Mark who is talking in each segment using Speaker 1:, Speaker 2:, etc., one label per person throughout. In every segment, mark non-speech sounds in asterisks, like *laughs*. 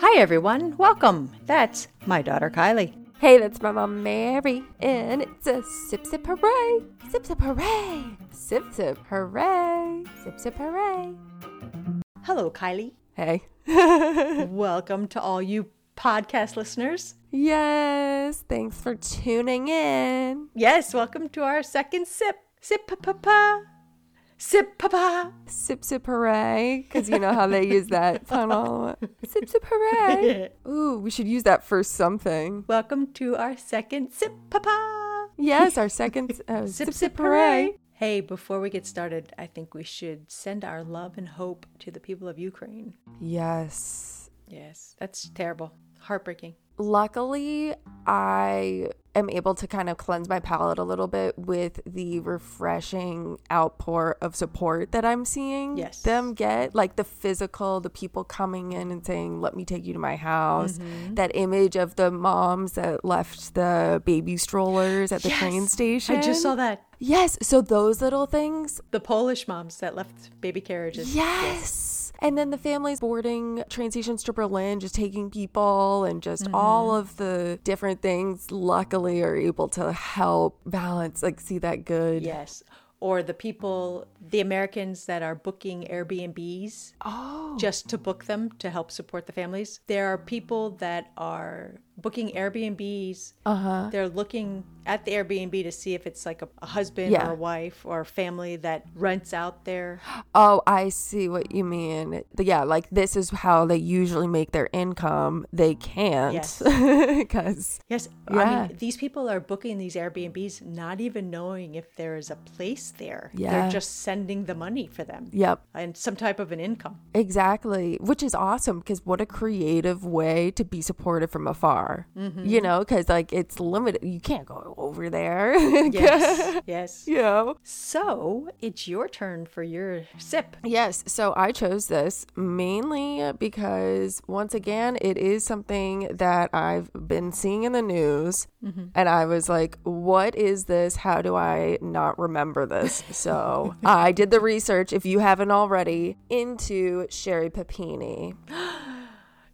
Speaker 1: Hi, everyone. Welcome. That's my daughter, Kylie.
Speaker 2: Hey, that's my mom Mary, and it's a sip sip hooray, sip sip hooray, sip sip hooray, sip sip hooray.
Speaker 1: Hello,
Speaker 2: *laughs*
Speaker 1: Kylie.
Speaker 2: Hey. *laughs*
Speaker 1: Welcome to all you podcast listeners.
Speaker 2: yes, thanks for tuning in.
Speaker 1: Yes, welcome to our second sip. Sip papa. Sip papa.
Speaker 2: Sip sip hooray, because you know how they use *laughs* that funnel. Sip sip *laughs* hooray. Ooh, we should use that for something.
Speaker 1: Welcome to our second sip papa.
Speaker 2: Yes, our second uh, *laughs* sip sip hooray.
Speaker 1: Hey, before we get started, I think we should send our love and hope to the people of Ukraine.
Speaker 2: Yes.
Speaker 1: Yes, that's terrible. Heartbreaking.
Speaker 2: Luckily, I am able to kind of cleanse my palate a little bit with the refreshing outpour of support that I'm seeing
Speaker 1: Yes.
Speaker 2: them get. Like the physical, the people coming in and saying, Let me take you to my house.
Speaker 1: Mm-hmm.
Speaker 2: That image of the moms that left the baby strollers at the train
Speaker 1: Yes,
Speaker 2: station.
Speaker 1: I just saw that.
Speaker 2: Yes. So those little things.
Speaker 1: The Polish moms that left baby carriages.
Speaker 2: Yes. And then the families boarding train stations to Berlin, just taking people and just all of the different things, luckily, are able to help balance, like, see that good.
Speaker 1: Yes. Or the people, the Americans that are booking Airbnbs
Speaker 2: Oh,
Speaker 1: just to book them to help support the families. There are people that are booking Airbnbs.
Speaker 2: uh huh.
Speaker 1: They're looking at the Airbnb to see if it's like a, a husband
Speaker 2: Yeah.
Speaker 1: or a wife or a family that rents out
Speaker 2: *gasps*
Speaker 1: their.
Speaker 2: Oh, I see what you mean. The- Yeah, like, this is how they usually make their income. They can't *laughs*
Speaker 1: Yes.
Speaker 2: because,
Speaker 1: Yes. I
Speaker 2: Yeah.
Speaker 1: mean, these people are booking these Airbnbs not even knowing if there is a place there.
Speaker 2: Yeah.
Speaker 1: They're just sending the money for them
Speaker 2: yep.
Speaker 1: and some type of an income.
Speaker 2: *laughs* Exactly, which is awesome because what a creative way to be supported from afar. You know, because like it's limited. You can't go over there. *laughs*
Speaker 1: Yes. yes.
Speaker 2: you know?
Speaker 1: So it's your turn for your sip.
Speaker 2: Yes. So I chose this mainly because, once again, it is something that I've been seeing in the news. And I was like, what is this? How do I not remember this? So I did the research, if you haven't already, into Sherry Papini.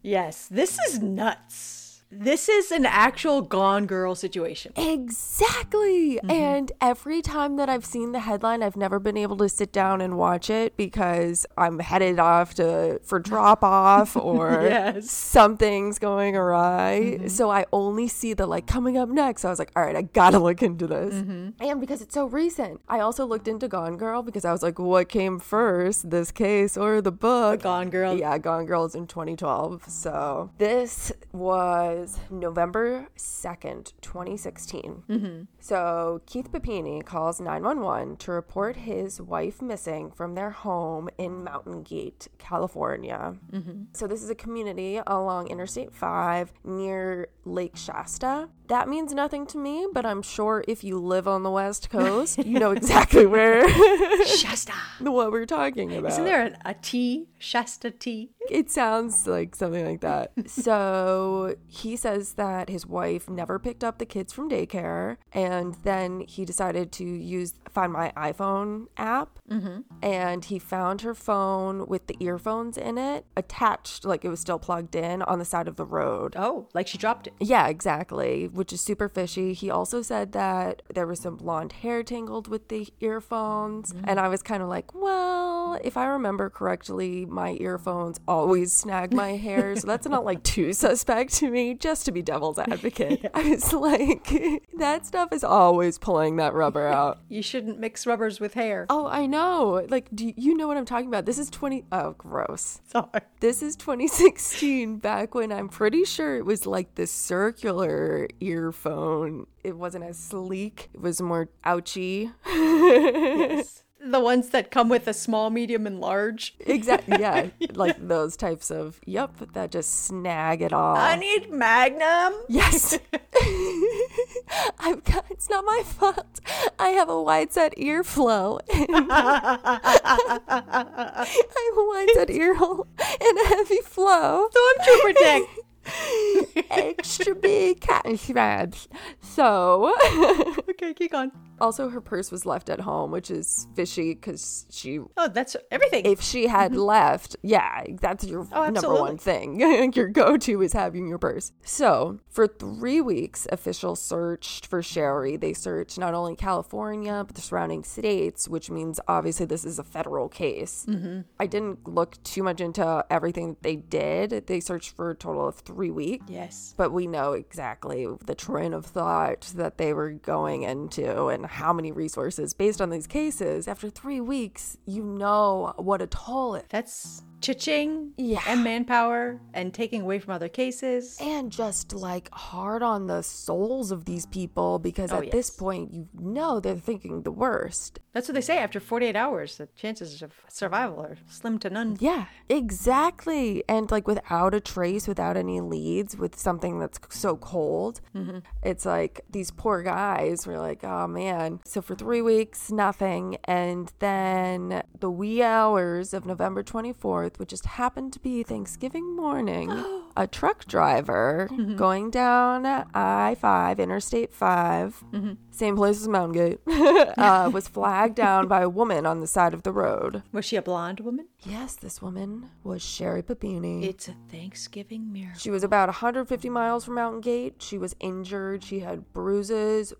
Speaker 1: Yes, this is nuts. This is an actual gone girl situation.
Speaker 2: Exactly. And every time that I've seen the headline, I've never been able to sit down and watch it because I'm headed off to for drop off or
Speaker 1: Yes.
Speaker 2: something's going awry. So I only see the like coming up next. I was like, all right, I gotta look into this. And because it's so recent, I also looked into Gone Girl because I was like, what came first, this case or the book?
Speaker 1: Gone girl.
Speaker 2: Yeah, Gone Girls in 2012. So this was November 2nd, 2016.
Speaker 1: Mm-hmm.
Speaker 2: So Keith Papini calls 911 to report his wife missing from their home in Mountain Gate, California.
Speaker 1: Mm-hmm.
Speaker 2: So this is a community along Interstate 5 near Lake Shasta. That means nothing to me, but I'm sure if you live on the West Coast,
Speaker 1: *laughs*
Speaker 2: you know exactly where
Speaker 1: *laughs*
Speaker 2: *laughs*
Speaker 1: Shasta.
Speaker 2: what we're talking about.
Speaker 1: Isn't there an, a tea? Shasta tea?
Speaker 2: It sounds like something like that. so he says that his wife never picked up the kids from daycare, and then he decided to use Find My iPhone app, and he found her phone with the earphones in it attached, like it was still plugged in, on the side of the road.
Speaker 1: Oh, like she dropped it.
Speaker 2: Yeah, exactly, which is super fishy. He also said that there was some blonde hair tangled with the earphones. And I was kind of like, well, if I remember correctly, my earphones always snag my hair. So that's not like too suspect to me, just to be devil's *laughs* advocate. I was like, *laughs* that stuff is always pulling that rubber out.
Speaker 1: You shouldn't mix rubbers with hair.
Speaker 2: *laughs* Oh, I know. Like, do you know what I'm talking about? This is 20. Oh, gross.
Speaker 1: *laughs* Sorry.
Speaker 2: This is 2016, back when I'm pretty sure it was like the circular earphone. It wasn't as sleek, it was more ouchy.
Speaker 1: The ones that come with a small, medium, and large.
Speaker 2: Exactly. Yeah. Like those types of, yep, that just snag it all.
Speaker 1: I need Magnum.
Speaker 2: Yes. *laughs* I've got, it's not my fault. I have a wide set ear flow. *laughs* I have a wide set ear hole and a heavy flow.
Speaker 1: *laughs* Stormtrooper deck.
Speaker 2: Extra big cotton shrubs. So, *laughs*
Speaker 1: okay, keep on.
Speaker 2: Also, her purse was left at home, which is fishy because she
Speaker 1: Oh, that's everything.
Speaker 2: if she had left, yeah, that's your
Speaker 1: Mm-hmm. Oh,
Speaker 2: number
Speaker 1: absolutely.
Speaker 2: one thing. *laughs* your go to is having your purse. So, for three weeks, officials searched for Sherry. They searched not only California, but the surrounding states, which means obviously this is a federal case.
Speaker 1: Mm-hmm.
Speaker 2: I didn't look too much into everything that they did. They searched for a total of three weeks.
Speaker 1: yes.
Speaker 2: But we know exactly the train of thought that they were going into and how many resources based on these cases. After three weeks, you know what a toll it
Speaker 1: That's cha-ching
Speaker 2: Yeah.
Speaker 1: and manpower and taking away from other cases.
Speaker 2: and just like hard on the souls of these people because
Speaker 1: Oh,
Speaker 2: at this
Speaker 1: yes.
Speaker 2: point you know they're thinking the worst.
Speaker 1: That's what they say after 48 hours, the chances of survival are slim to none.
Speaker 2: Yeah, exactly. And like without a trace, without any leads, with something that's so cold, it's like these poor guys were like, oh man. So for three weeks, nothing. And then the wee hours of November 24th, which just happened to be Thanksgiving morning, a truck driver going down I 5, Interstate 5, same place as Mountain Gate, *laughs* uh, was flagged down by a woman on the side of the road.
Speaker 1: Was she a blonde woman?
Speaker 2: Yes, this woman was Sherry Papini.
Speaker 1: It's a Thanksgiving miracle.
Speaker 2: she was about 150 miles from Mountain Gate. She was injured. She had bruises,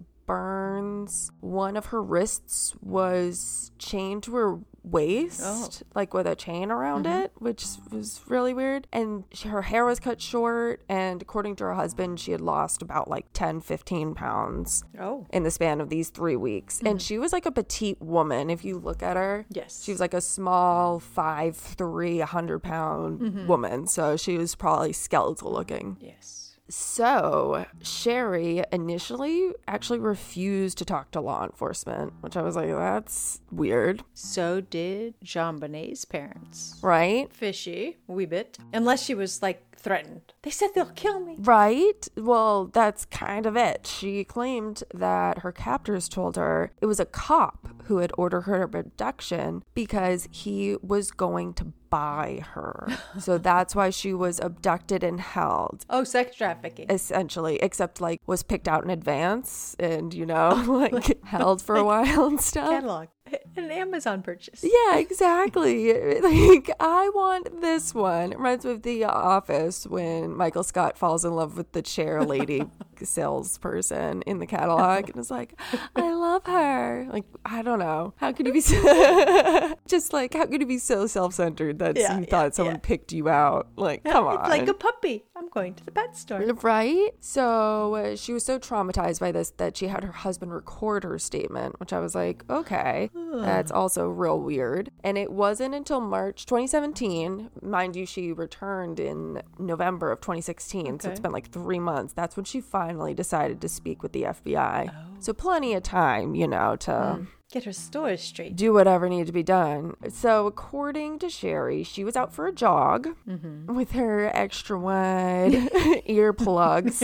Speaker 2: burns. One of her wrists was chained to her waist, like with a chain around it, which was really weird. And she, her hair was cut short. And according to her husband, she had lost about like 10, 15 pounds
Speaker 1: Oh,
Speaker 2: in the span of these three weeks. And she was like a petite woman. If you look at her,
Speaker 1: Yes.
Speaker 2: she was like a small five three, hundred pound woman. So she was probably skeletal looking.
Speaker 1: yes.
Speaker 2: So Sherry initially actually refused to talk to law enforcement, which I was like, that's weird,
Speaker 1: So did Jean Bonnet's parents.
Speaker 2: right?
Speaker 1: Fishy, wee bit. Unless she was like threatened. They said they'll kill me.
Speaker 2: Right? Well, that's kind of it. She claimed that her captors told her it was a cop who had ordered her abduction because he was going to buy *laughs* her. so that's why she was abducted and held.
Speaker 1: Oh, sex trafficking.
Speaker 2: Essentially, except like was picked out in advance and you *laughs* know, like held for a while *laughs* and stuff.
Speaker 1: Catalog. *laughs* An Amazon purchase.
Speaker 2: Yeah, exactly. *laughs* like, I want this one. It reminds me of The Office when Michael Scott falls in love with the *laughs* chair lady salesperson in the catalog and is like, *laughs* I love her. Like, I don't know. How could you *laughs* be so, *laughs* just like, how could you be so self centered that
Speaker 1: Yeah,
Speaker 2: you
Speaker 1: yeah,
Speaker 2: thought someone
Speaker 1: yeah.
Speaker 2: picked you out? Like, come on.
Speaker 1: It's like a puppy. I'm going to the pet store.
Speaker 2: Right? So uh, she was so traumatized by this that she had her husband record her statement, which I was like, okay, that's also real weird. And it wasn't until March 2017, mind you, she returned in November of 2016. So it's
Speaker 1: Okay.
Speaker 2: been like three months. That's when she finally decided to speak with the FBI. So plenty of time, you know, to
Speaker 1: Get her story straight.
Speaker 2: do whatever needed to be done. So, according to Sherry, she was out for a jog with her extra wide *laughs* earplugs.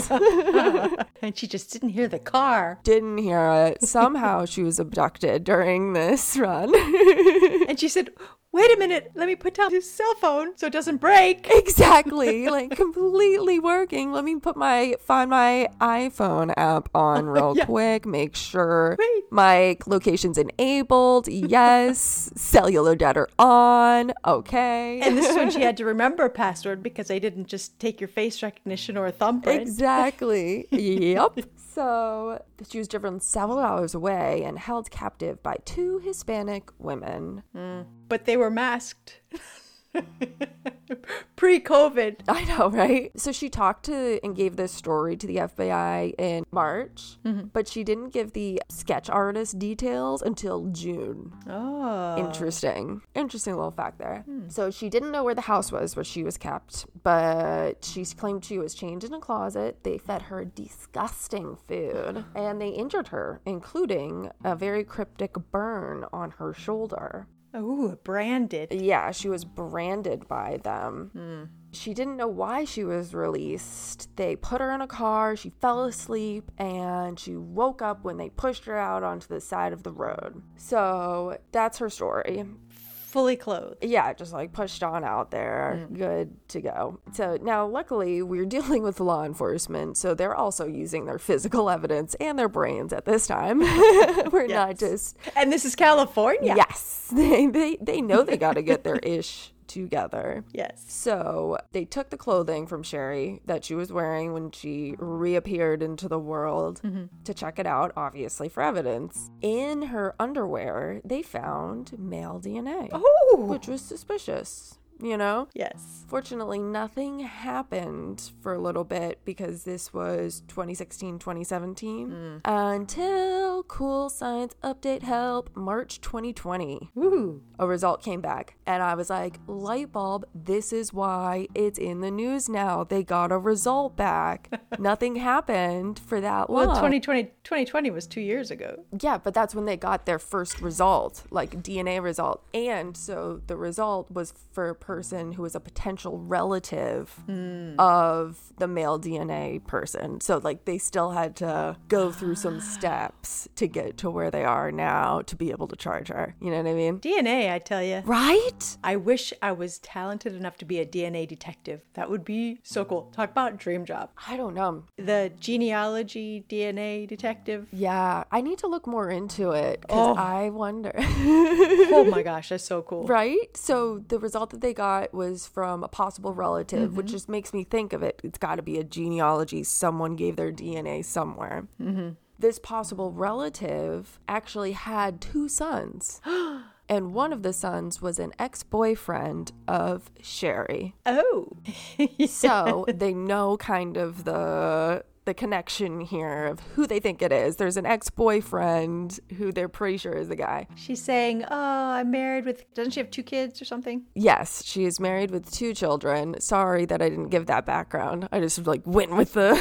Speaker 1: And she just didn't hear the *laughs* car.
Speaker 2: Didn't hear it. *laughs* Somehow she was abducted during *laughs* this run.
Speaker 1: And she said, Wait a minute, let me put down his cell phone so it doesn't break.
Speaker 2: exactly. *laughs* Like completely working. Let me put my find my iPhone app *laughs* on real
Speaker 1: Yeah.
Speaker 2: quick. Make sure
Speaker 1: Wait.
Speaker 2: my location's enabled. *laughs* Yes. Cellular data on. Okay.
Speaker 1: And this is when she had to remember a password because they didn't just take your face recognition or a thumbprint.
Speaker 2: *laughs* Exactly. yep. So she was driven several hours away and held captive by two Hispanic women.
Speaker 1: But they were masked. *laughs* Pre COVID.
Speaker 2: *laughs* I know, right? So she talked to and gave this story to the FBI in March, but she didn't give the sketch artist details until June.
Speaker 1: Oh.
Speaker 2: Interesting. Interesting little fact there. So she didn't know where the house was where she was kept, but she claimed she was chained in a closet. They fed her disgusting food and they injured her, including a very cryptic burn on her shoulder.
Speaker 1: Oh, Ooh, branded.
Speaker 2: Yeah, she was branded by them. She didn't know why she was released. They put her in a car, she fell asleep, and she woke up when they pushed her out onto the side of the road. So that's her story.
Speaker 1: fully clothed.
Speaker 2: yeah, just like pushed on out there, good to go. So now, luckily, we're *laughs* dealing with law enforcement, so they're also using their physical evidence and their brains at this time. *laughs* we're not just
Speaker 1: And this is California.
Speaker 2: yes, *laughs* they they, they know they got to get their ish together.
Speaker 1: Yes.
Speaker 2: So they took the clothing from Sherry that she was wearing when she reappeared into the world to check it out, obviously for evidence. In her underwear, they found male DNA
Speaker 1: Oh.
Speaker 2: which was suspicious, you know?
Speaker 1: Yes.
Speaker 2: Fortunately, nothing happened for a little bit because this was 2016, 2017 until Cool Science Update Help March 2020.
Speaker 1: Woo.
Speaker 2: A result came back, and I was like, light bulb, this is why it's in the news now. They got a result back. nothing happened for that
Speaker 1: Well,
Speaker 2: long.
Speaker 1: 2020, 2020 was two years ago.
Speaker 2: Yeah, but that's when they got their first result, like DNA result. And so the result was for a person who was a potential relative of the male DNA person. So, like, they still had to go through some steps to get to where they are now to be able to charge her. You know what I mean?
Speaker 1: DNA, I tell you.
Speaker 2: Right?
Speaker 1: I wish I was talented enough to be a DNA detective. That would be so cool. Talk about dream job.
Speaker 2: I don't know.
Speaker 1: The genealogy DNA detective.
Speaker 2: Yeah, I need to look more into it because I wonder. *laughs*
Speaker 1: Oh my gosh, that's so cool.
Speaker 2: Right? So the result that they got was from a possible relative, which just makes me think of it. It's got to be a genealogy. Someone gave their DNA somewhere. Mm-hmm. This possible relative actually had two sons. and one of the sons was an ex boyfriend of Sherry.
Speaker 1: *laughs* Oh. *laughs*
Speaker 2: So they know kind of the. The connection here of who they think it is. There's an ex boyfriend who they're pretty sure is the guy.
Speaker 1: She's saying, Oh, I'm married with, doesn't she have two kids or something?
Speaker 2: Yes, she is married with two children. Sorry that I didn't give that background. I just like went with the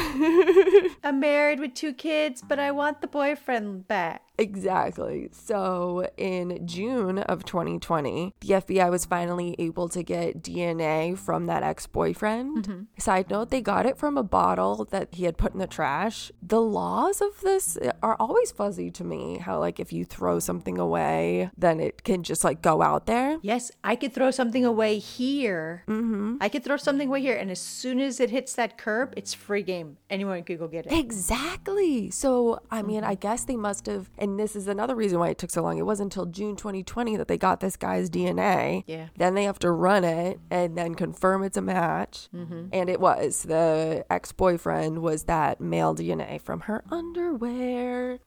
Speaker 2: *laughs*
Speaker 1: I'm married with two kids, but I want the boyfriend back.
Speaker 2: Exactly. So, in June of 2020, the FBI was finally able to get DNA from that ex-boyfriend. Side note, they got it from a bottle that he had put in the trash. The laws of this are always fuzzy to me. How like if you throw something away, then it can just like go out there.
Speaker 1: Yes, I could throw something away here. Mm-hmm. I could throw something away here. And as soon as it hits that curb, it's free game. Anyone could go get it.
Speaker 2: Exactly. So, I mean, I guess they must have, and this is another reason why it took so long. It wasn't until June 2020 that they got this guy's DNA.
Speaker 1: Yeah.
Speaker 2: Then they have to run it and then confirm it's a match. And it was. The ex boyfriend was that male DNA from her underwear.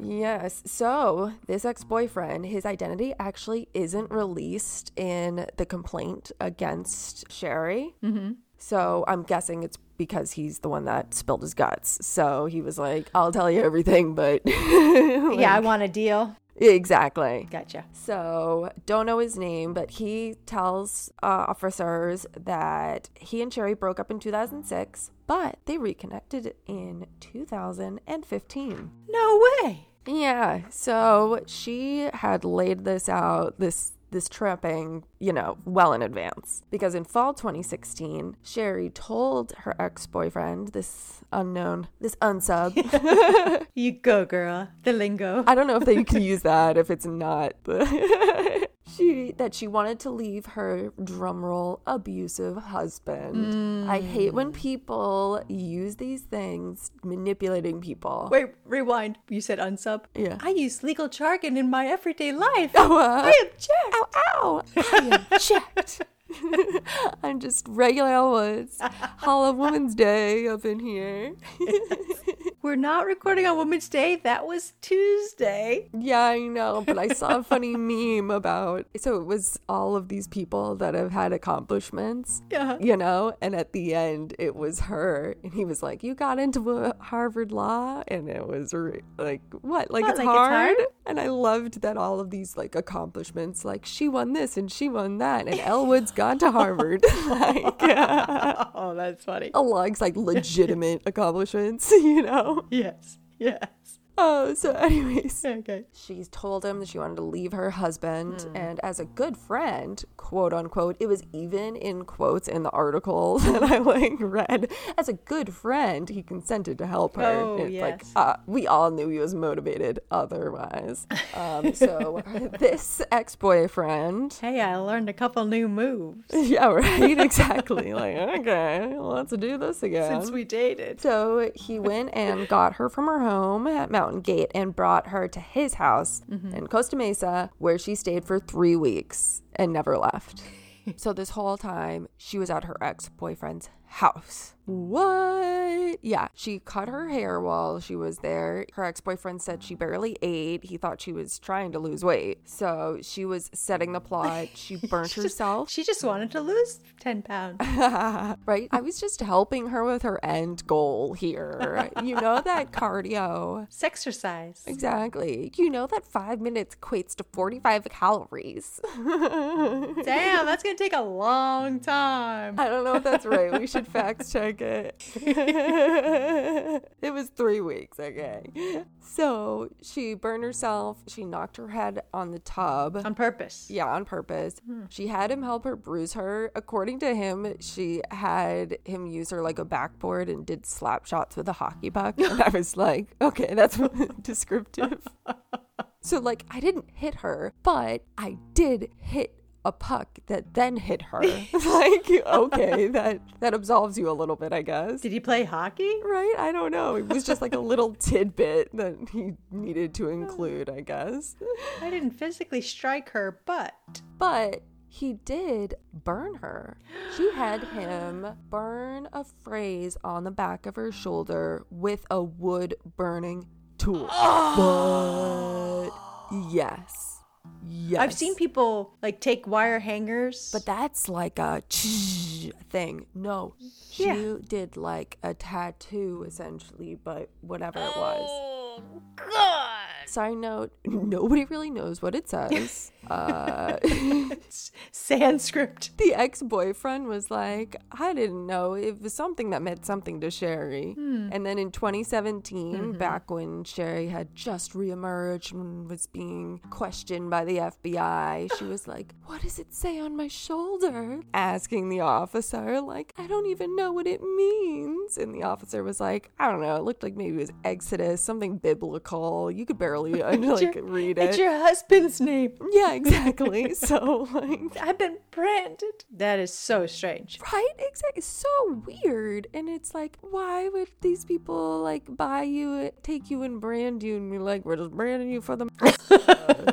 Speaker 2: Yes. So this ex boyfriend, his identity actually isn't released in the complaint against Sherry. Mm-hmm. So I'm guessing it's because he's the one that spilled his guts. So he was like, I'll tell you everything, but *laughs*
Speaker 1: yeah, I want a deal.
Speaker 2: exactly.
Speaker 1: Gotcha.
Speaker 2: So, don't know his name, but he tells uh, officers that he and Sherry broke up in 2006, but they reconnected in 2015.
Speaker 1: No way.
Speaker 2: Yeah. So she had laid this out, this this trapping, you know, well in advance. Because in fall 2016, Sherry told her ex-boyfriend, this unknown, this unsub.
Speaker 1: You go, girl. The lingo.
Speaker 2: I don't know if they can use that if it's not the *laughs* She that she wanted to leave her drumroll abusive husband. I hate when people use these things manipulating people.
Speaker 1: Wait, rewind. You said unsub?
Speaker 2: Yeah.
Speaker 1: I use legal jargon in my everyday *laughs* life.
Speaker 2: Oh, uh,
Speaker 1: I object.
Speaker 2: *laughs* ow, ow, I am checked. *laughs* I'm just regular old Woods. Hollow Woman's Day up in here.
Speaker 1: We're not recording on Women's Day. That was Tuesday. *laughs*
Speaker 2: yeah, I know, but I saw a funny *laughs* meme about so it was all of these people that have had accomplishments,
Speaker 1: Yeah.
Speaker 2: *laughs* you know, and at the end it was her, and he was like, "You got into uh, Harvard Law," and it was re- like, "What? Like,
Speaker 1: What, like
Speaker 2: it's,
Speaker 1: it's
Speaker 2: hard?
Speaker 1: hard?
Speaker 2: And I loved that all of these like accomplishments, like she won this and she won that, and Elwood's gone to Harvard, *laughs* like
Speaker 1: Oh, that's funny.
Speaker 2: *laughs* alongside legitimate accomplishments, you know.
Speaker 1: Yes. Yes.
Speaker 2: Oh, so anyways,
Speaker 1: Okay.
Speaker 2: she told him that she wanted to leave her husband,
Speaker 1: Hmm.
Speaker 2: and as a good friend, quote unquote, it was even in quotes in the article *laughs* that I like read. As a good friend, he consented to help her.
Speaker 1: Oh,
Speaker 2: It's Like
Speaker 1: yes.
Speaker 2: uh, we all knew he was motivated otherwise. Um,
Speaker 1: *laughs*
Speaker 2: so this ex-boyfriend *laughs*
Speaker 1: Hey, I learned a couple new moves
Speaker 2: yeah, right. Exactly. like, okay, let's do this again.
Speaker 1: since we dated.
Speaker 2: so he went and got her from her home at Mountain Gate and brought her to his house in Costa Mesa, where she stayed for three weeks and never left. so this whole time, she was at her ex boyfriend's house. What? Yeah, she cut her hair while she was there. Her ex boyfriend said she barely ate. He thought she was trying to lose weight. So she was setting the plot. She burnt herself.
Speaker 1: She just wanted to lose 10 pounds.
Speaker 2: right? I was just helping her with her end goal here. You know *laughs* that cardio.
Speaker 1: Sexercise.
Speaker 2: Exactly. You know that five minutes equates to 45 calories.
Speaker 1: Damn, that's going to take a long time.
Speaker 2: I don't know if that's right. We should fact check it. *laughs* it was three weeks, okay. So she burned herself. She knocked her head on the tub.
Speaker 1: On purpose.
Speaker 2: Yeah, on purpose. She had him help her bruise her. According to him, she had him use her like a backboard and did slap shots with a hockey puck. And I was like, okay, that's *laughs* descriptive. so, like, I didn't hit her, but I did hit a puck that then hit her. *laughs* like, okay, that that absolves you a little bit, I guess.
Speaker 1: Did he play hockey?
Speaker 2: Right? I don't know. It was just like a little tidbit that he needed to include, I guess.
Speaker 1: I didn't physically strike her, but
Speaker 2: But he did burn her. She had him burn a phrase on the back of her shoulder with a wood burning tool. But yes. Yes.
Speaker 1: I've seen people like take wire hangers.
Speaker 2: But that's like a thing. No.
Speaker 1: Yeah.
Speaker 2: She did like a tattoo essentially, but whatever it was.
Speaker 1: Oh, God.
Speaker 2: Side note, nobody really knows what it says. uh
Speaker 1: Sanskrit.
Speaker 2: *laughs* the ex-boyfriend was like i didn't know it was something that meant something to sherry
Speaker 1: Hmm.
Speaker 2: and then in 2017
Speaker 1: Mm-hmm.
Speaker 2: back when sherry had just reemerged and was being questioned by the fbi
Speaker 1: *sighs*
Speaker 2: she was like what does it say on my shoulder asking the officer like i don't even know what it means and the officer was like i don't know it looked like maybe it was exodus something biblical you could barely *laughs* uh, like read
Speaker 1: It's
Speaker 2: it
Speaker 1: your husband's name.
Speaker 2: yeah exactly *laughs* so like
Speaker 1: I've been branded. That is so strange.
Speaker 2: Right? Exactly. It's so weird. And it's like, why would these people like buy you, take you and brand you and be like, we're just branding you for the.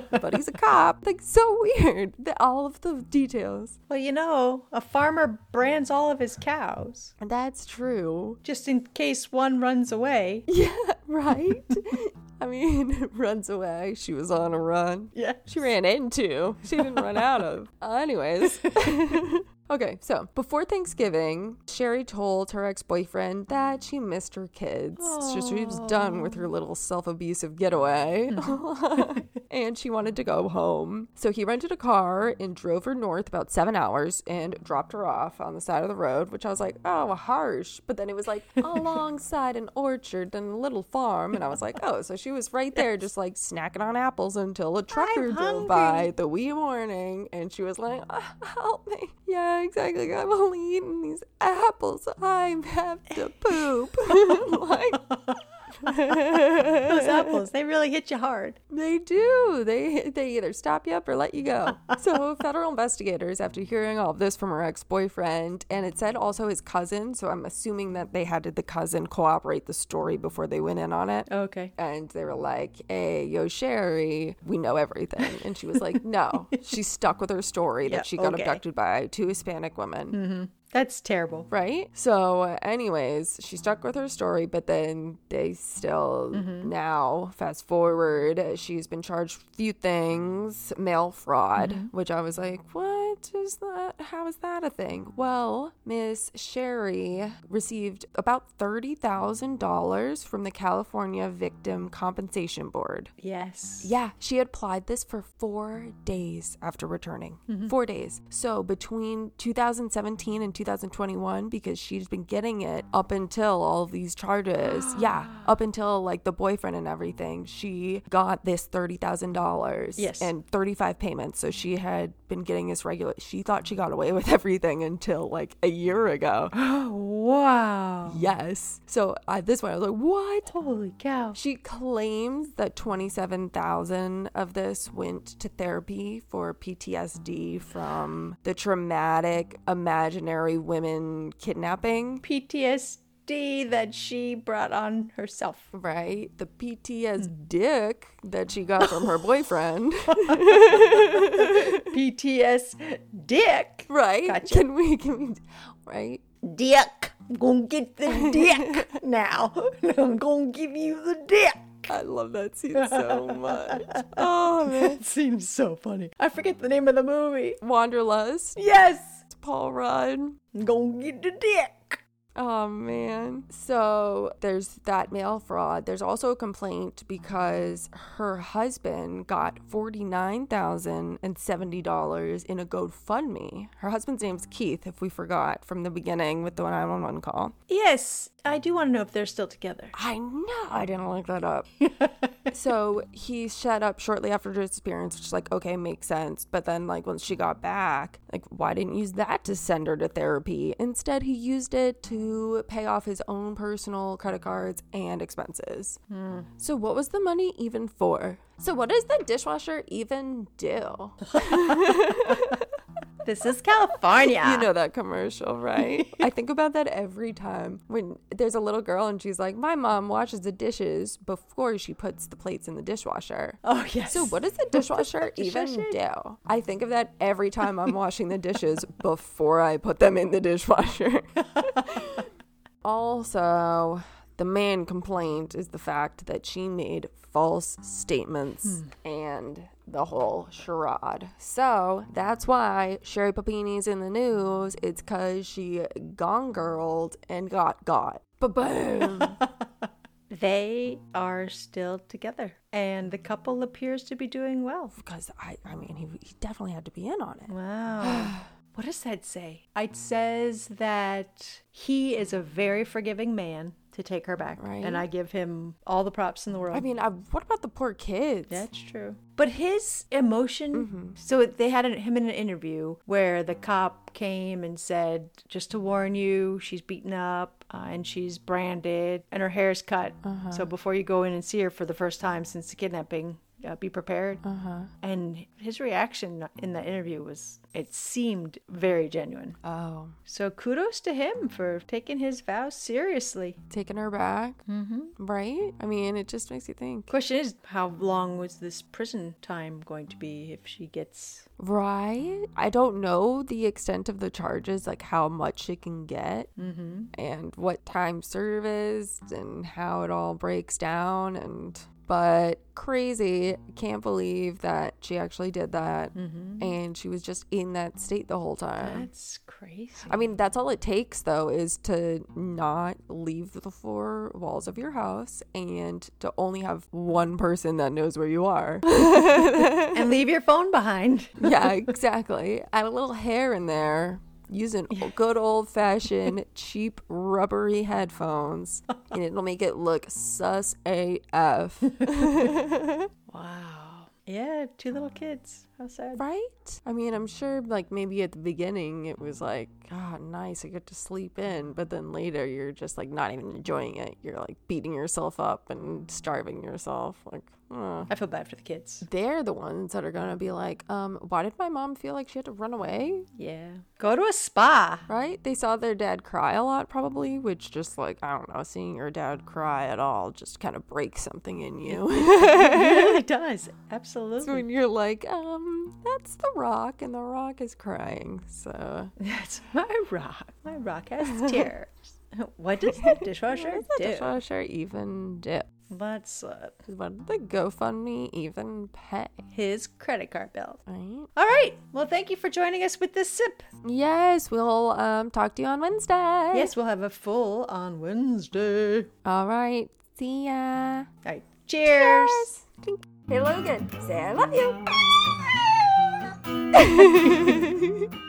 Speaker 2: *laughs* but he's a cop. Like, so weird. The, all of the details.
Speaker 1: Well, you know, a farmer brands all of his cows
Speaker 2: That's true.
Speaker 1: just in case one runs away.
Speaker 2: *laughs* Yeah, right? *laughs* I mean, *laughs* runs away. She was on a run.
Speaker 1: *laughs* Yeah.
Speaker 2: She ran into. She didn't run out of. Uh, Anyways. *laughs* okay, so before Thanksgiving, Sherry told her ex boyfriend that she missed her kids. So she was done with her little self abusive getaway. and she wanted to go home. So he rented a car and drove her north about seven hours and dropped her off on the side of the road, which I was like, oh, harsh. But then it was like alongside an orchard and a little farm. And I was like, oh, so she was right there just like snacking on apples until a trucker drove
Speaker 1: hungry.
Speaker 2: by the wee morning. And she was like, oh, help me. Yeah, exactly. I've only eaten these apples. I have to poop. *laughs* like,
Speaker 1: *laughs* Those apples, they really hit you hard.
Speaker 2: they do. They *laughs* they either stop you up or let
Speaker 1: *laughs*
Speaker 2: you go. So federal investigators, after hearing all of this from her ex boyfriend, and it said also his cousin. So I'm assuming that they had the cousin cooperate the story before they went in on it.
Speaker 1: Okay.
Speaker 2: And they were like, "Hey, yo, Sherry, we know everything." And she was
Speaker 1: *laughs*
Speaker 2: like, "No, she's stuck with her story
Speaker 1: Yeah,
Speaker 2: that she got
Speaker 1: okay.
Speaker 2: abducted by two Hispanic women."
Speaker 1: That's terrible.
Speaker 2: right? So, uh, anyways, she stuck with her story, but then they still now fast forward. She's been charged a few things, mail fraud, which I was like, what? what is that? How is that a thing? Well, Miss Sherry received about $30,000 from the California Victim Compensation Board.
Speaker 1: Yes.
Speaker 2: Yeah, she had applied this for four days after returning. Four days. So between 2017 and 2021, because she's been getting it up until all these charges. yeah, up until like the boyfriend and everything, she got this $30,000
Speaker 1: Yes.
Speaker 2: and 35 payments. So she had been getting this regular. She thought she got away *laughs* with everything until like a year ago.
Speaker 1: Wow.
Speaker 2: yes. So at this point, I was like, what?
Speaker 1: Holy cow.
Speaker 2: She claims that 27,000 of this went to therapy for PTSD from the traumatic imaginary women kidnapping,
Speaker 1: PTSD that she brought on herself.
Speaker 2: right? The PTS dick that she got from her boyfriend,
Speaker 1: PTS dick.
Speaker 2: right?
Speaker 1: Gotcha.
Speaker 2: Can we can we, right?
Speaker 1: Dick. I'm gonna get the *laughs* dick now. I'm gonna give you the dick.
Speaker 2: I love that scene so much. Oh, man.
Speaker 1: That seems so funny. I forget the name of the movie.
Speaker 2: Wanderlust,
Speaker 1: Yes.
Speaker 2: Paul Rudd.
Speaker 1: I'm gonna get the dick.
Speaker 2: Oh man. So there's that mail fraud. There's also a complaint because her husband got $49,070 in a GoFundMe. Her husband's name's Keith, if we forgot from the beginning with the 911 call.
Speaker 1: Yes, I do want to know if they're still
Speaker 2: *laughs*
Speaker 1: together.
Speaker 2: I know. I didn't look that *laughs* up. so he shut up shortly after her disappearance, which, like, okay, makes sense. But then, like, once she got back, like, why didn't he use that to send her to therapy? Instead, he used it to pay off his own personal credit cards and expenses. So, what was the money even for? So, what does the dishwasher even do?
Speaker 1: This is *laughs* California.
Speaker 2: You know that commercial, right? I think about that every time when there's a little girl and she's like, My mom washes the dishes before she puts the plates in the dishwasher.
Speaker 1: Oh yes.
Speaker 2: So, what does the dishwasher even do? I think of that every time I'm washing the *laughs* dishes before I put them in the dishwasher. *laughs* also, the main complaint is the fact that she made false statements and the whole charade. So that's why Sherry Papini's in the news. It's because she gone girled and got got. Ba *laughs* boom.
Speaker 1: They are still together, and the couple appears to be doing well.
Speaker 2: because I, I mean, he, he definitely had to be in on it.
Speaker 1: Wow. *sighs* what does that say? It says that he is a very forgiving man to take her back,
Speaker 2: Right.
Speaker 1: and I give him all the props in the world.
Speaker 2: I mean, I, what about the poor kids?
Speaker 1: That's true. But his emotion. So they had him in an interview where the cop came and said, "Just to warn you, she's beaten up uh, and she's branded and her hair's cut. So before you go in and see her for the first time since the kidnapping." Uh, be prepared. And his reaction in the interview was, it seemed very genuine.
Speaker 2: Oh,
Speaker 1: So kudos to him for taking his vows seriously.
Speaker 2: taking her back, mm-hmm. right? I mean, it just makes you think,
Speaker 1: Question is, how long was this prison time going to be if she gets
Speaker 2: right? I don't know the extent of the charges, like how much it can get, mm-hmm. and what time serviced, and how it all breaks down, and. But crazy, can't believe that she actually did that, and she was just in that state the whole time.
Speaker 1: That's crazy. *laughs*
Speaker 2: I mean, that's all it takes, though, is to not leave the four walls of your house and to only have one person that knows where you are.
Speaker 1: and leave your phone behind.
Speaker 2: yeah, exactly. Add a little hair in there. Use an o- good old fashioned cheap rubbery headphones, and it'll make it look sus AF.
Speaker 1: Wow. Yeah, two little kids. How sad.
Speaker 2: Right? I mean, I'm sure, like, maybe at the beginning it was like, ah, nice, I get to sleep in. But then later you're just, like, not even enjoying it. You're, like, beating yourself up and starving yourself. Like, huh.
Speaker 1: I feel bad for the kids.
Speaker 2: They're the ones that are going to be like, um, why did my mom feel like she had to run away?
Speaker 1: Yeah. Go to a spa.
Speaker 2: Right? They saw their dad cry a lot, probably, which just, like, I don't know, seeing your dad cry at all just kind of breaks something in you.
Speaker 1: *laughs*
Speaker 2: *laughs*
Speaker 1: It really does. *laughs* Absolutely.
Speaker 2: when you're like, um, that's The Rock, and The Rock is crying. So.
Speaker 1: *laughs* That's my rock. My rock has tears. What does the dishwasher
Speaker 2: What does the
Speaker 1: do?
Speaker 2: dishwasher even do?
Speaker 1: What's up?
Speaker 2: What did the GoFundMe even pay?
Speaker 1: His credit card bill.
Speaker 2: Right?
Speaker 1: All right. Well, thank you for joining us with this sip.
Speaker 2: Yes, we'll um, talk to you on Wednesday.
Speaker 1: Yes, we'll have a full on Wednesday. All
Speaker 2: All right. See ya.
Speaker 1: right. Cheers.
Speaker 2: Hey, Logan. Say I love you.